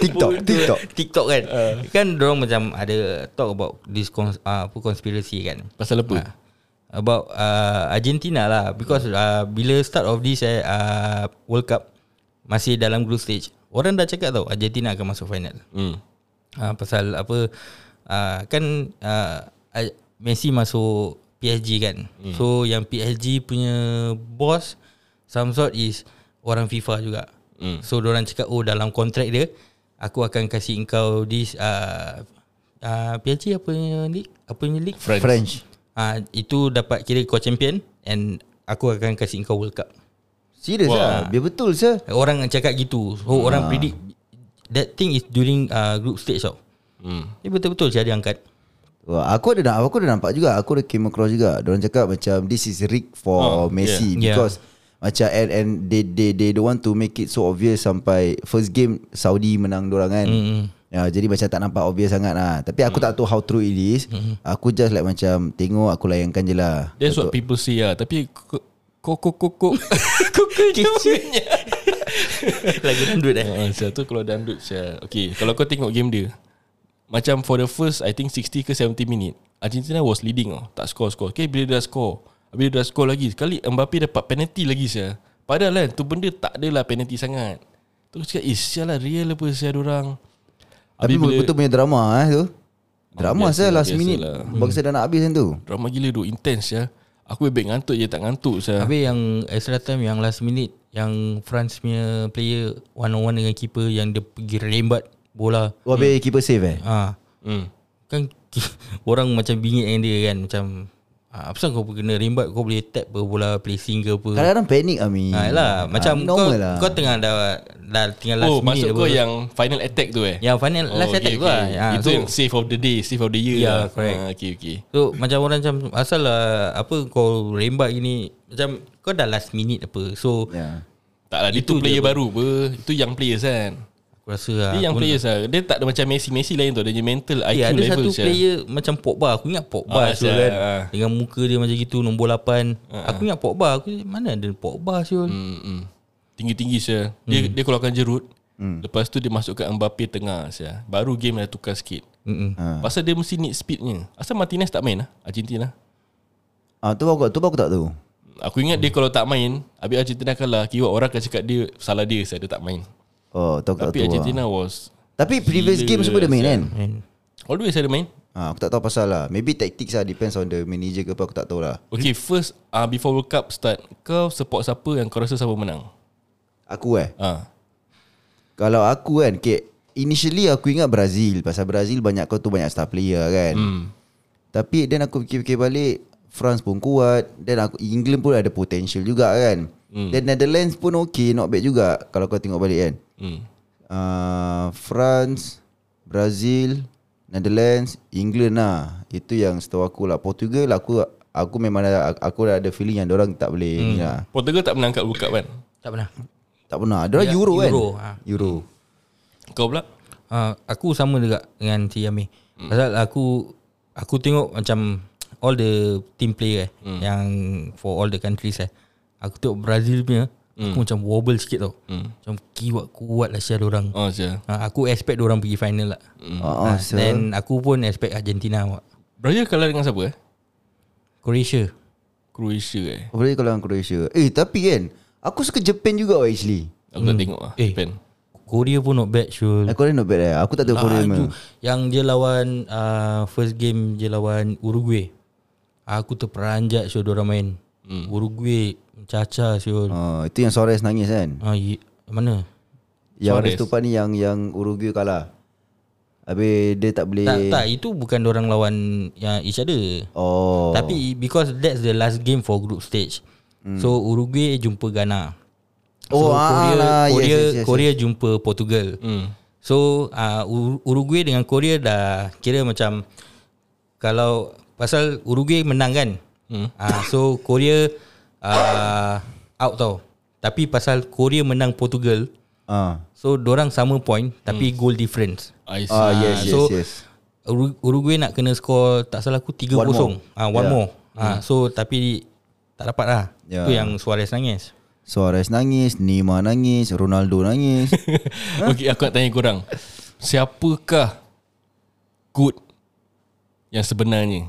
Speaker 3: Oh,
Speaker 1: TikTok TikTok
Speaker 3: TikTok kan. Uh. Kan dorong macam ada talk about this cons- uh, apa conspiracy kan.
Speaker 2: Pasal apa?
Speaker 3: About uh, Argentina lah because
Speaker 1: Hmm.
Speaker 3: uh, bila start of this eh, uh, World Cup masih dalam group stage. Orang dah cakap tau Argentina akan masuk final.
Speaker 2: Hmm.
Speaker 3: uh, pasal apa uh, kan uh, Ar- Messi masuk PSG kan. Hmm. So yang PSG punya boss some sort is orang FIFA juga. Hmm. So orang cakap oh dalam kontrak dia aku akan kasih engkau this uh, uh, PSG apa punya league? Apa punya league?
Speaker 2: France.
Speaker 1: French
Speaker 3: Ah uh, itu dapat kira kau champion and aku akan kasih engkau World Cup.
Speaker 1: Serius lah Biar betul sah
Speaker 3: Orang cakap gitu. So orang predict that thing is during uh, group stage tau.
Speaker 2: Hmm.
Speaker 3: Ni betul-betul jadi angkat.
Speaker 1: Wah, aku ada nak- aku ada nampak juga. Aku ada came across juga. Diorang cakap macam this is rigged for oh, Messi
Speaker 3: yeah.
Speaker 1: yeah. because macam and, and they they they don't want to make it so obvious sampai first game Saudi menang diorang kan. Mm-hmm. Ya, jadi macam tak nampak obvious sangat lah. Tapi aku mm. tak tahu how true it is. Mm-hmm. Aku just like macam tengok aku layankan je lah.
Speaker 2: That's what people say lah Tapi kok kok kok kok kok kok
Speaker 3: Lagu dangdut eh
Speaker 2: Uh, Syah tu kalau dangdut Syah Okay Kalau kau tengok game dia Macam for the first I think 60 ke 70 minit Argentina was leading oh, Tak score-score Okay bila dia dah score Bila dia dah score lagi Sekali Mbappe dapat penalty lagi Syah Padahal kan Tu benda tak adalah penalty sangat Tu aku cakap Eh Syah lah real apa Syah dorang
Speaker 1: Tapi
Speaker 2: Habis bila
Speaker 1: betul punya drama eh tu. Drama
Speaker 2: biasa-
Speaker 1: saya last
Speaker 2: biasa
Speaker 1: minute
Speaker 2: lah.
Speaker 1: Bangsa dah nak habis kan tu.
Speaker 2: Drama gila tu Intense Syah Aku baik ngantuk je Tak ngantuk Syah
Speaker 3: Habis yang extra time Yang last minute Yang France punya player One on one dengan keeper Yang dia pergi rembat Bola
Speaker 1: Wah, hmm. keeper save eh.
Speaker 3: ha.
Speaker 2: hmm.
Speaker 3: Kan Orang macam bingit dengan dia kan Macam Ah, apa pasal kau kena rimbat kau boleh tap apa bola placing ke apa.
Speaker 1: Kadang-kadang panik Ami.
Speaker 3: Ha, lah
Speaker 1: Ah,
Speaker 3: macam kau,
Speaker 1: normal lah.
Speaker 3: kau tengah dah, dah tinggal last
Speaker 2: Oh
Speaker 3: minute
Speaker 2: maksud kau
Speaker 3: apa.
Speaker 2: yang Final attack tu eh
Speaker 3: yang final oh, last okay, attack okay.
Speaker 2: okay.
Speaker 3: lah. Ha,
Speaker 2: Itu
Speaker 3: so,
Speaker 2: yang save of the day Save of the year
Speaker 3: Yeah,
Speaker 2: lah.
Speaker 3: correct.
Speaker 2: Ah, Okay okay
Speaker 3: so macam orang macam asal lah apa kau rembat gini macam kau dah last minute apa. So
Speaker 1: Ya.
Speaker 2: Tak lah Itu, itu player baru apa Itu young players kan
Speaker 3: aku rasa lah.
Speaker 2: Dia yang
Speaker 3: aku-
Speaker 2: players lah Dia tak ada macam Messi-Messi lain tu Dia punya mental IQ
Speaker 3: Eh, ada
Speaker 2: level
Speaker 3: satu
Speaker 2: sial.
Speaker 3: player macam Pogba. Aku ingat
Speaker 2: Ah,
Speaker 3: Pogba tu
Speaker 2: sial,
Speaker 3: kan.
Speaker 2: ah.
Speaker 3: Dengan muka dia macam gitu nombor 8. Aku ingat Pogba. Aku mana ada Pogba siul.
Speaker 2: Hmm, hmm. Tinggi-tinggi saya. Dia
Speaker 3: Hmm.
Speaker 2: dia keluarkan jerut.
Speaker 1: Hmm.
Speaker 2: Lepas tu dia masukkan Mbappe tengah saya. Baru game dah tukar sikit.
Speaker 3: Mm-mm.
Speaker 2: Ha. Pasal dia mesti need speednya. Asal Martinez tak main lah Argentina.
Speaker 1: Ah tu aku tu aku tak tahu.
Speaker 2: Aku ingat
Speaker 1: Hmm.
Speaker 2: dia kalau tak main, habis Argentina kalah, kira orang akan cakap dia salah dia saya dia tak main.
Speaker 1: Oh, tu aku tak tahu.
Speaker 2: Tapi
Speaker 1: Lah.
Speaker 2: Argentina was
Speaker 1: Tapi previous
Speaker 2: Gila
Speaker 1: game semua dia main kan?
Speaker 3: And
Speaker 2: always ada main.
Speaker 1: Ah, aku tak tahu pasal lah. Maybe tactics lah depends on the manager ke apa aku tak tahu lah.
Speaker 2: Okay, first uh, before World Cup start, kau support siapa yang kau rasa siapa menang?
Speaker 1: Aku eh.
Speaker 2: Ah.
Speaker 1: Kalau aku kan, okay, initially aku ingat Brazil pasal Brazil banyak kau tu banyak star player kan.
Speaker 2: Hmm.
Speaker 1: Tapi then aku fikir-fikir balik France pun kuat Then aku England pun ada potential juga kan mm. Then Netherlands pun okay Not bad juga Kalau kau tengok balik kan
Speaker 2: Hmm.
Speaker 1: uh, France Brazil Netherlands England lah Itu yang setahu aku lah Portugal aku Aku memang ada, Aku dah ada feeling yang orang tak boleh
Speaker 3: Hmm.
Speaker 1: mm. ni lah
Speaker 2: Portugal tak menangkat World Cup kan?
Speaker 3: tak pernah.
Speaker 1: Tak pernah Diorang
Speaker 3: Ya,
Speaker 1: Euro, kan
Speaker 3: Euro, ha.
Speaker 1: Euro
Speaker 2: Kau pula?
Speaker 3: Uh, aku sama juga dengan si Yami. Hmm. Pasal aku aku tengok macam all the team player eh, hmm. yang for all the countries eh. Aku tengok Brazil punya, hmm. aku macam wobble sikit tau. Hmm. Macam kiwat kuat lah sial orang.
Speaker 1: Ah,
Speaker 2: Oh, saya.
Speaker 3: Uh, aku expect orang pergi final lah. Hmm.
Speaker 1: mm. oh, so,
Speaker 3: Then aku pun expect Argentina awak.
Speaker 2: Brazil kalah dengan siapa eh?
Speaker 3: Croatia.
Speaker 2: Croatia eh.
Speaker 1: Apalagi kalau dengan Croatia Eh tapi kan Aku suka Japan juga oh, actually
Speaker 2: Aku tak tengok lah
Speaker 3: Eh.
Speaker 2: Japan.
Speaker 3: Korea pun not bad sure.
Speaker 1: Eh, Korea not bad eh Aku tak tahu Korea memang.
Speaker 3: Itu yang dia lawan uh, first game dia lawan Uruguay. Aku terperanjat sure orang main. Hmm. Uruguay caca sure.
Speaker 1: Oh, itu yang Suarez nangis kan.
Speaker 3: Ah, ye, mana?
Speaker 1: Yang Suarez. tu ni yang yang Uruguay kalah. Habis dia tak boleh
Speaker 3: Tak tak itu bukan orang lawan yang each other.
Speaker 1: Oh.
Speaker 3: Oh. Tapi because that's the last game for group stage. Hmm. So Uruguay jumpa Ghana.
Speaker 1: Oh,
Speaker 3: so, Korea
Speaker 1: alah, yes,
Speaker 3: Korea,
Speaker 1: yes, yes,
Speaker 3: Korea jumpa Portugal. Hmm. So uh, Ur- Uruguay dengan Korea dah kira macam kalau pasal Uruguay menang kan. Hmm. Uh, so Korea uh, out tau. Tapi pasal Korea menang Portugal,
Speaker 1: Ah.
Speaker 3: so dorang sama point tapi hmm. goal difference.
Speaker 2: I see.
Speaker 1: Ah, yes, yes,
Speaker 3: so-
Speaker 1: yes.
Speaker 3: Uru- Uruguay nak kena skor tak salah aku 3-0.
Speaker 1: One more. Ya. Hmm.
Speaker 3: Ah one
Speaker 1: Yeah.
Speaker 3: more. Ah so tapi tak dapat lah.
Speaker 1: Yeah.
Speaker 3: Tu yang Suarez nangis.
Speaker 1: Suarez nangis, Neymar nangis, Ronaldo nangis.
Speaker 2: okay, aku nak tanya korang. Siapakah good yang sebenarnya?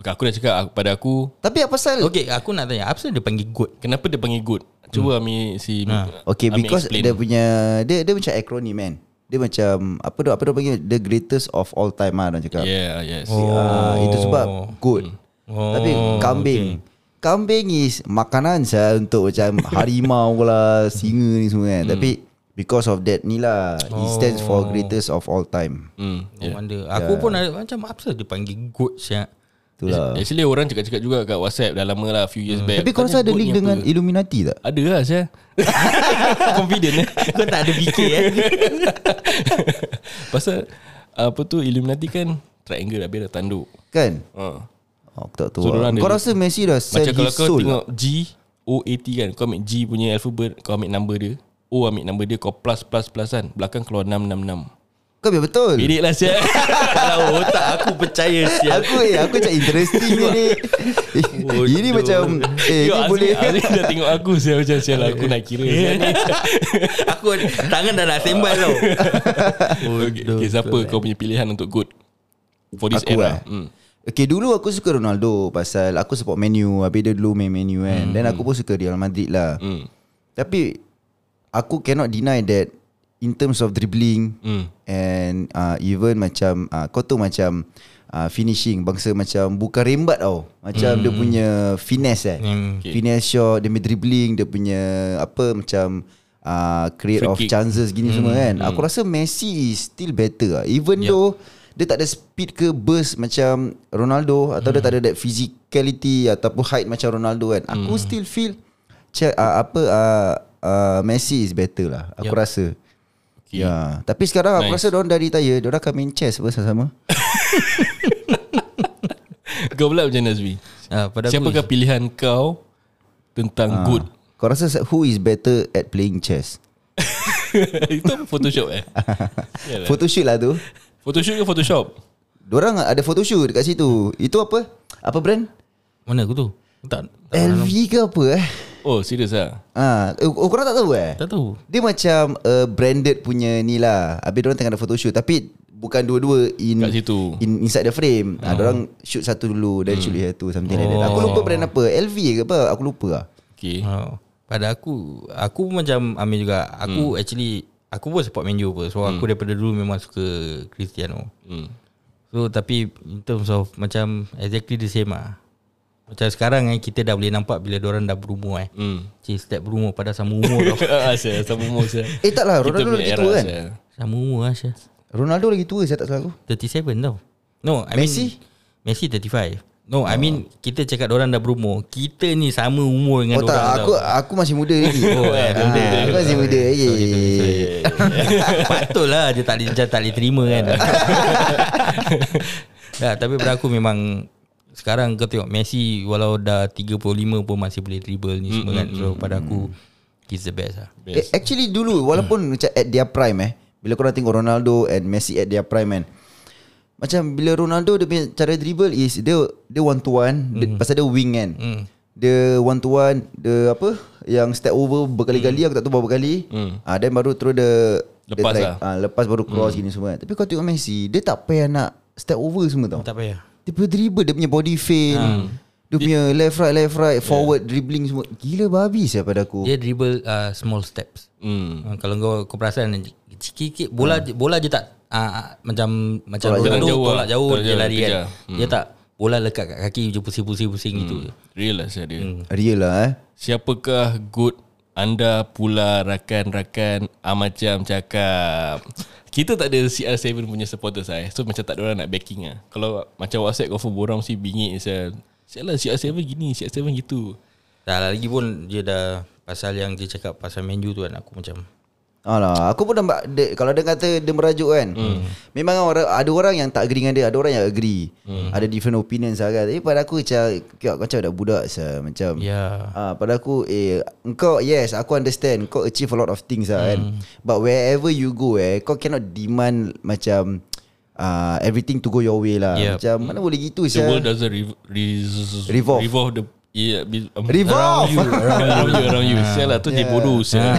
Speaker 2: Okay, aku dah cakap aku- pada aku,
Speaker 1: Tapi apa pasal?
Speaker 3: Okay aku nak tanya apa sebab dia panggil goat?
Speaker 2: kenapa dia panggil good?
Speaker 1: Hmm.
Speaker 2: Cuba Ami
Speaker 1: Ah.
Speaker 2: si
Speaker 1: Okay,
Speaker 2: Ami
Speaker 1: because
Speaker 2: explain.
Speaker 1: dia punya dia dia macam acronym man. Dia macam apa tu apa tu panggil the greatest of all time ah orang cakap.
Speaker 2: Yeah, yes.
Speaker 1: Oh. Ah, itu sebab good. Oh, Tapi kambing. Okay. Kambing is makanan saya untuk macam harimau lah, singa ni semua kan. Tapi because of that ni lah, it stands for greatest of all time.
Speaker 2: Hmm.
Speaker 1: Oh,
Speaker 3: No wonder. Aku pun ada macam apa sebab dia panggil goat siap.
Speaker 1: Itulah. Hmm.
Speaker 2: Actually orang cakap-cakap juga kat WhatsApp dah lama lah few years back.
Speaker 1: Tapi kau rasa ada
Speaker 2: Goat
Speaker 1: link
Speaker 2: ni
Speaker 1: dengan
Speaker 2: apa?
Speaker 1: Illuminati tak?
Speaker 2: ada lah saya. Confident eh.
Speaker 3: Kau tak ada fikir eh.
Speaker 2: Pasal apa tu Illuminati kan triangle habis dah tanduk.
Speaker 1: Kan?
Speaker 2: Ha.
Speaker 1: Oh, aku tak tahu.
Speaker 2: So,
Speaker 1: lah.
Speaker 2: dorang ada
Speaker 1: Kau
Speaker 2: link.
Speaker 1: rasa Messi dah sell
Speaker 2: Macam kalau
Speaker 1: his
Speaker 2: kau
Speaker 1: soul lah.
Speaker 2: tengok
Speaker 3: lah.
Speaker 2: G O A T kan Kau ambil G punya alphabet Kau ambil number dia O ambil number dia Kau plus plus plus kan Belakang keluar 666
Speaker 1: Kau biar betul.
Speaker 2: Bedek lah siap
Speaker 3: Kalau otak aku percaya siap.
Speaker 1: Aku eh Aku macam interesting ni ni Ini macam Eh
Speaker 2: Yo,
Speaker 1: ni
Speaker 2: Azri,
Speaker 1: boleh
Speaker 2: Azri dah tengok aku siap Macam siap lah Aku nak kira sial ni
Speaker 3: aku ada- tangan dah nak sembat tau.
Speaker 2: okay, okay, Siapa kau punya pilihan untuk good For this
Speaker 1: Aku
Speaker 2: era
Speaker 1: lah
Speaker 2: hmm.
Speaker 1: Okay dulu aku suka Ronaldo Pasal aku support menu Habis dia dulu main menu kan Then aku pun suka Real Madrid lah
Speaker 2: Hmm.
Speaker 1: Tapi Aku cannot deny that In terms of dribbling
Speaker 2: Hmm.
Speaker 1: And uh, even macam uh, Kau tahu macam uh, Finishing Bangsa macam Bukan rembat tau Macam
Speaker 2: Hmm.
Speaker 1: dia punya Finesse eh
Speaker 3: Hmm.
Speaker 1: okay. Finesse shot Dia punya dribbling Dia punya Apa macam uh, Create
Speaker 2: Free
Speaker 1: of
Speaker 2: kick.
Speaker 1: chances Gini semua kan Aku rasa Messi is still better lah. Even though dia tak ada speed ke burst macam Ronaldo atau dia tak ada that physicality ataupun height macam Ronaldo kan. Aku still feel che, uh, apa uh, uh, Messi is better lah. Aku
Speaker 3: Yup.
Speaker 1: rasa. Okay. Ya, tapi sekarang nice. aku
Speaker 2: Nice.
Speaker 1: rasa diorang dah retire, diorang akan main chess bersama-sama.
Speaker 2: Kau pula macam Nazmi
Speaker 3: Ah, pada aku
Speaker 2: Siapakah
Speaker 3: is-
Speaker 2: pilihan kau Tentang
Speaker 1: Ah.
Speaker 2: good
Speaker 1: Kau rasa se- who is better at playing chess?
Speaker 2: Itu apa Photoshop eh Yalah.
Speaker 1: Photoshoot lah tu.
Speaker 2: Photoshop ke Photoshop
Speaker 1: Diorang ada photoshoot dekat situ. Itu apa? Apa brand?
Speaker 3: Mana aku tu? Tak, tak,
Speaker 1: LV ke apa eh?
Speaker 2: Oh serius lah
Speaker 1: Ah, eh, oh, korang tak tahu eh?
Speaker 3: tak tahu.
Speaker 1: Dia macam uh, branded punya ni lah. Habis diorang tengah ada photoshoot tapi bukan dua-dua in
Speaker 2: Kat situ.
Speaker 1: in inside the frame. Ah, diorang shoot satu dulu then shoot here tu something like that. Aku lupa brand apa. LV ke apa? Aku lupa lah.
Speaker 2: Okay
Speaker 3: Oh. Pada aku Aku pun macam Amir juga Aku actually Aku pun support Man U pun So aku daripada dulu Memang suka Cristiano
Speaker 2: hmm.
Speaker 3: So tapi In terms of Macam Exactly the same lah Macam sekarang eh Kita dah boleh nampak Bila orang dah berumur eh
Speaker 2: Hmm. Ah,
Speaker 3: Cik step berumur Pada sama umur tau
Speaker 2: Asal sama umur saya.
Speaker 1: Eh tak lah, Ronaldo lagi tua kan?
Speaker 3: Sama umur lah Syah
Speaker 1: Ronaldo lagi tua saya tak salah aku.
Speaker 3: 37 tau No I mean
Speaker 1: Messi?
Speaker 3: Messi Ah. 35 No I mean Kita cakap orang dah berumur Kita ni sama umur
Speaker 1: Oh
Speaker 3: dengan
Speaker 1: tak,
Speaker 3: dorang
Speaker 1: aku
Speaker 3: tau.
Speaker 1: aku masih muda lagi. Oh,
Speaker 3: eh,
Speaker 1: aku masih muda lagi.
Speaker 3: Patut lah Dia tak boleh, dia tak boleh terima kan ya, Tapi pada aku memang Sekarang kau tengok Messi Walau dah 35 pun Masih boleh dribble ni semua kan So pada aku He's the best lah
Speaker 1: Eh, actually dulu walaupun
Speaker 2: Hmm.
Speaker 1: macam at their prime eh bila korang tengok Ronaldo and Messi at their prime kan macam bila Ronaldo dia punya cara dribble is dia dia one to one dia,
Speaker 2: Hmm.
Speaker 1: pasal dia wing kan dia one to one dia apa yang step over berkali-kali aku tak tahu berapa kali ah then baru terus dia dia
Speaker 2: Hmm. Lepas
Speaker 1: try-
Speaker 2: lah. Hmm.
Speaker 1: ah, lepas baru cross gini semua kan. tapi kau tengok Messi dia tak payah nak step over semua tau
Speaker 3: Tak payah
Speaker 1: dia punya dribble dia punya body feint
Speaker 2: Hmm.
Speaker 1: dia punya left right left right forward dribbling semua gila babi saya pada aku
Speaker 3: Dia dribble uh, small steps
Speaker 2: Hmm.
Speaker 3: uh, Kalau kau, kau perasan Sikit-sikit Bola je- bola je tak uh, Macam Macam
Speaker 1: Tolak
Speaker 3: Ronaldo
Speaker 2: jauh. lah.
Speaker 3: Tolak jauh
Speaker 2: Tolak
Speaker 3: Dia
Speaker 2: jauh,
Speaker 3: lari kan
Speaker 2: kejar. Hmm.
Speaker 3: Dia tak Bola lekat kat kaki je Pusing-pusing-pusing gitu je
Speaker 2: Real lah saya dia hmm.
Speaker 1: real lah eh
Speaker 2: Siapakah good anda pula rakan-rakan ah, macam cakap kita tak ada CR7 punya supporter saya so macam tak ada orang nak backing lah kalau macam WhatsApp confirm borang mesti bingit saya Sial lah CR7 gini CR7 gitu
Speaker 3: Dah lah, lagi pun Dia dah Pasal yang dia cakap Pasal menu tu kan Aku macam
Speaker 1: Alah, aku pun nampak dia, kalau dia kata dia merajuk kan. Hmm. Memang orang ada orang yang tak agree dengan dia, ada orang yang agree. Hmm. Ada different opinions lah kan. Tapi pada aku macam kau macam budak budak sah macam.
Speaker 3: Ya.
Speaker 1: Ah, pada aku eh engkau yes, aku understand kau achieve a lot of things lah kan. But wherever you go eh, kau cannot demand macam uh, everything to go your way lah.
Speaker 3: Yep.
Speaker 1: Macam mana boleh gitu
Speaker 2: the world
Speaker 1: sah.
Speaker 2: doesn't re- re-
Speaker 1: Revolve.
Speaker 2: revolve the yeah, be- um,
Speaker 1: Revolve!
Speaker 2: around you around you around you sial lah tu yeah. bodoh sial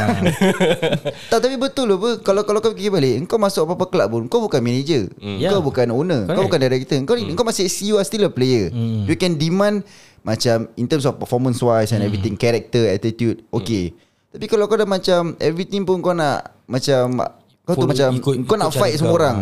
Speaker 1: Tak tapi betul loh apa kalau kalau kau fikir balik engkau masuk apa-apa club pun kau bukan manager mm.
Speaker 3: Yeah.
Speaker 1: kau bukan owner Correct. kau
Speaker 3: Hmm. Ya. Correct. Hmm.
Speaker 1: bukan director kau mm. kau masih you are still a player mm. you can demand macam in terms of performance wise and
Speaker 3: Hmm.
Speaker 1: mm. everything character attitude okay mm. tapi kalau kau dah macam everything pun kau nak macam kau tu
Speaker 3: Follow-
Speaker 1: macam
Speaker 3: ikut-
Speaker 1: kau
Speaker 3: ikut
Speaker 1: nak
Speaker 3: cara
Speaker 1: fight
Speaker 3: kau. Hmm.
Speaker 1: semua orang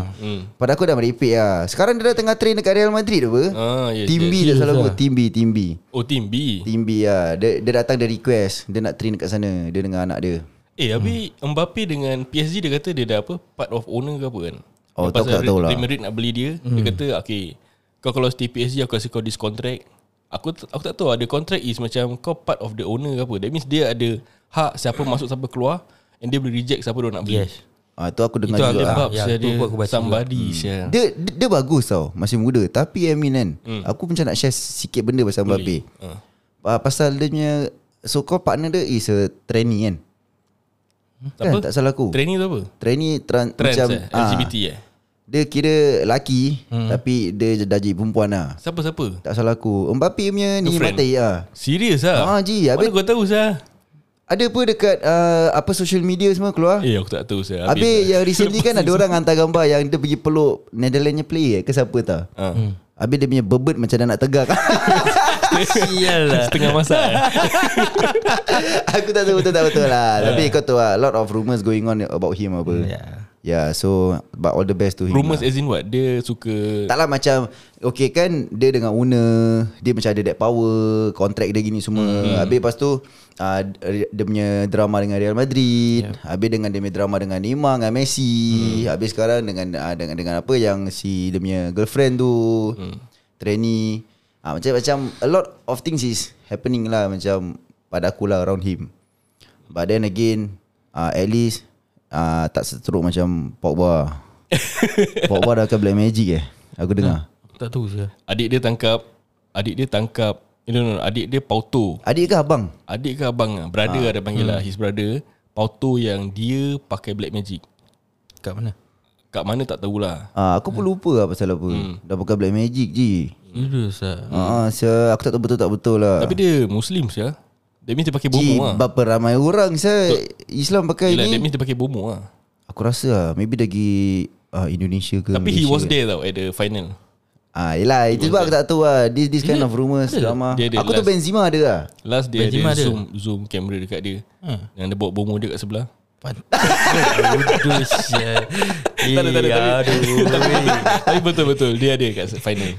Speaker 1: pada aku dah merepek lah sekarang dia dah tengah train dekat Real Madrid apa
Speaker 2: Ah, yes,
Speaker 1: team B
Speaker 2: yes.
Speaker 1: dia
Speaker 3: Yes
Speaker 1: selalu
Speaker 3: lah.
Speaker 1: team B team B
Speaker 2: oh team B
Speaker 1: team B lah dia, dia datang dia request dia nak train dekat sana dia dengan anak dia
Speaker 2: Eh habis
Speaker 3: Hmm.
Speaker 2: Mbappe dengan PSG dia kata dia dah apa part of owner ke apa kan.
Speaker 1: Oh, tu aku tak
Speaker 2: Real-
Speaker 1: tahulah.
Speaker 2: Real Madrid nak beli dia, hmm. dia kata okay kau kalau stay PSG aku kasi kau this contract. Aku t- aku tak tahu ada contract is macam kau part of the owner ke apa. That means dia ada hak siapa masuk siapa keluar and dia boleh reject siapa dia nak beli.
Speaker 3: Yes
Speaker 1: Ah tu aku dengar
Speaker 3: Itu
Speaker 1: juga.
Speaker 3: ada
Speaker 1: lah.
Speaker 2: Sebab
Speaker 3: Ya,
Speaker 2: ya,
Speaker 3: tu
Speaker 2: dia
Speaker 3: pun aku baca juga.
Speaker 2: somebody hmm. sial.
Speaker 1: Dia, dia dia bagus tau, masih muda. Tapi I mean kan, hmm. aku macam nak share sikit benda pasal Mbappe.
Speaker 2: Ah.
Speaker 1: Ah, pasal dia punya so called partner dia is a trainee kan.
Speaker 2: Tak
Speaker 1: Kan,
Speaker 2: apa?
Speaker 1: tak salah aku.
Speaker 2: Training tu apa?
Speaker 1: trainee tran,
Speaker 2: Trans
Speaker 1: macam
Speaker 2: eh?
Speaker 1: ah,
Speaker 2: LGBT eh.
Speaker 1: dia kira laki hmm. tapi dia dah jadi perempuan lah.
Speaker 2: Siapa-siapa?
Speaker 1: Tak salah aku. Mbappe punya ni
Speaker 2: Girlfriend?
Speaker 1: mata ah.
Speaker 2: Serius ah.
Speaker 1: Ah, Ji,
Speaker 2: Mana
Speaker 1: habis-
Speaker 2: kau tahu sah?
Speaker 1: Ada apa dekat uh, apa social media semua keluar?
Speaker 2: Eh aku tak tahu sah.
Speaker 1: Habis yang recently kan ada orang hantar gambar yang dia pergi peluk Netherlands punya player ke siapa tau.
Speaker 2: Ah.
Speaker 1: Habis dia punya bebet macam dah nak tegak. ya.
Speaker 3: Sial lah
Speaker 2: Setengah masa eh.
Speaker 1: Aku tak tahu betul tak betul lah Tapi kau tahu lah Lot of rumours going on about him apa
Speaker 3: yeah.
Speaker 1: Yeah so But all the best to him
Speaker 2: Rumours
Speaker 1: lah.
Speaker 2: as in what Dia suka
Speaker 1: Taklah lah, macam Okay kan Dia dengan owner Dia macam ada that power Kontrak dia gini semua hmm. Habis lepas tu uh, Dia punya drama dengan Real Madrid yeah. Habis dengan dia punya drama dengan Neymar Dengan Messi hmm. Habis sekarang dengan, uh, dengan Dengan apa yang si Dia punya girlfriend tu hmm. Trainee uh, Macam macam A lot of things is happening lah Macam Pada aku lah around him But then again uh, At least uh, Tak seteruk macam Pogba Pogba dah akan black magic eh Aku dengar
Speaker 2: Hmm.
Speaker 3: Tak tahu saya.
Speaker 2: Adik dia tangkap Adik dia tangkap eh, No no no Adik dia pauto
Speaker 1: Adik ke abang?
Speaker 2: Adik ke abang
Speaker 1: Ah.
Speaker 2: lah Brother ada panggil
Speaker 1: Hmm.
Speaker 2: lah His brother Pauto yang dia pakai black magic
Speaker 3: Kat mana?
Speaker 2: Kat mana tak tahulah
Speaker 1: Ah, aku
Speaker 2: Hmm.
Speaker 1: pun lupa lah pasal apa Dah pakai black magic je
Speaker 3: Serius lah.
Speaker 1: Ah, saya aku tak tahu betul tak betul lah.
Speaker 2: Hmm. Tapi dia Muslim sia That means dia
Speaker 1: Ji,
Speaker 2: pakai bomo lah
Speaker 1: berapa ramai orang saya Islam pakai
Speaker 2: Yelah, that
Speaker 1: ni.
Speaker 2: means dia pakai bomo lah
Speaker 1: Aku rasa lah, maybe dia pergi uh, Indonesia ke
Speaker 2: Tapi he
Speaker 1: Malaysia
Speaker 2: was
Speaker 1: ke.
Speaker 2: there tau At the final
Speaker 1: Ah, yelah, itu sebab aku tak tahu lah. This, this kind of rumours drama.
Speaker 2: Dia ada
Speaker 1: Aku tu
Speaker 2: last-
Speaker 1: Benzema ada lah.
Speaker 2: Last dia
Speaker 3: Benzema
Speaker 2: ada
Speaker 3: ada.
Speaker 2: zoom Zoom kamera dekat dia Yang dia bawa bomo dia kat sebelah
Speaker 3: Aduh sia. Eh,
Speaker 2: ya. Tak ada, tak ada, tak ada.
Speaker 3: aduh.
Speaker 2: Tapi betul-betul Dia ada kat final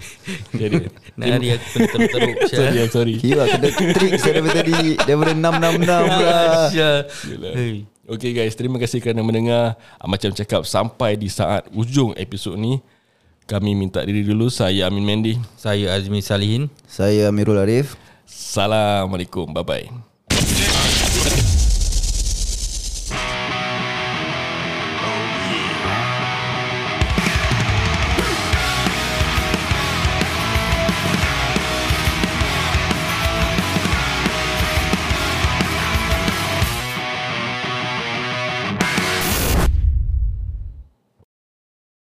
Speaker 2: Dia ada
Speaker 3: Nak hari aku kena teruk-teruk sia.
Speaker 2: Sorry I'm sorry
Speaker 1: Kira kena trick saya daripada tadi. Daripada 666 lah.
Speaker 3: Sia.
Speaker 2: Yelah.
Speaker 3: Hey.
Speaker 2: Okay guys, terima kasih kerana mendengar Ah, Macam cakap sampai di saat ujung episod ni Kami minta diri dulu Saya Amin Mendy
Speaker 3: Saya Azmi Salihin.
Speaker 1: Saya Amirul Arif.
Speaker 2: Assalamualaikum, bye-bye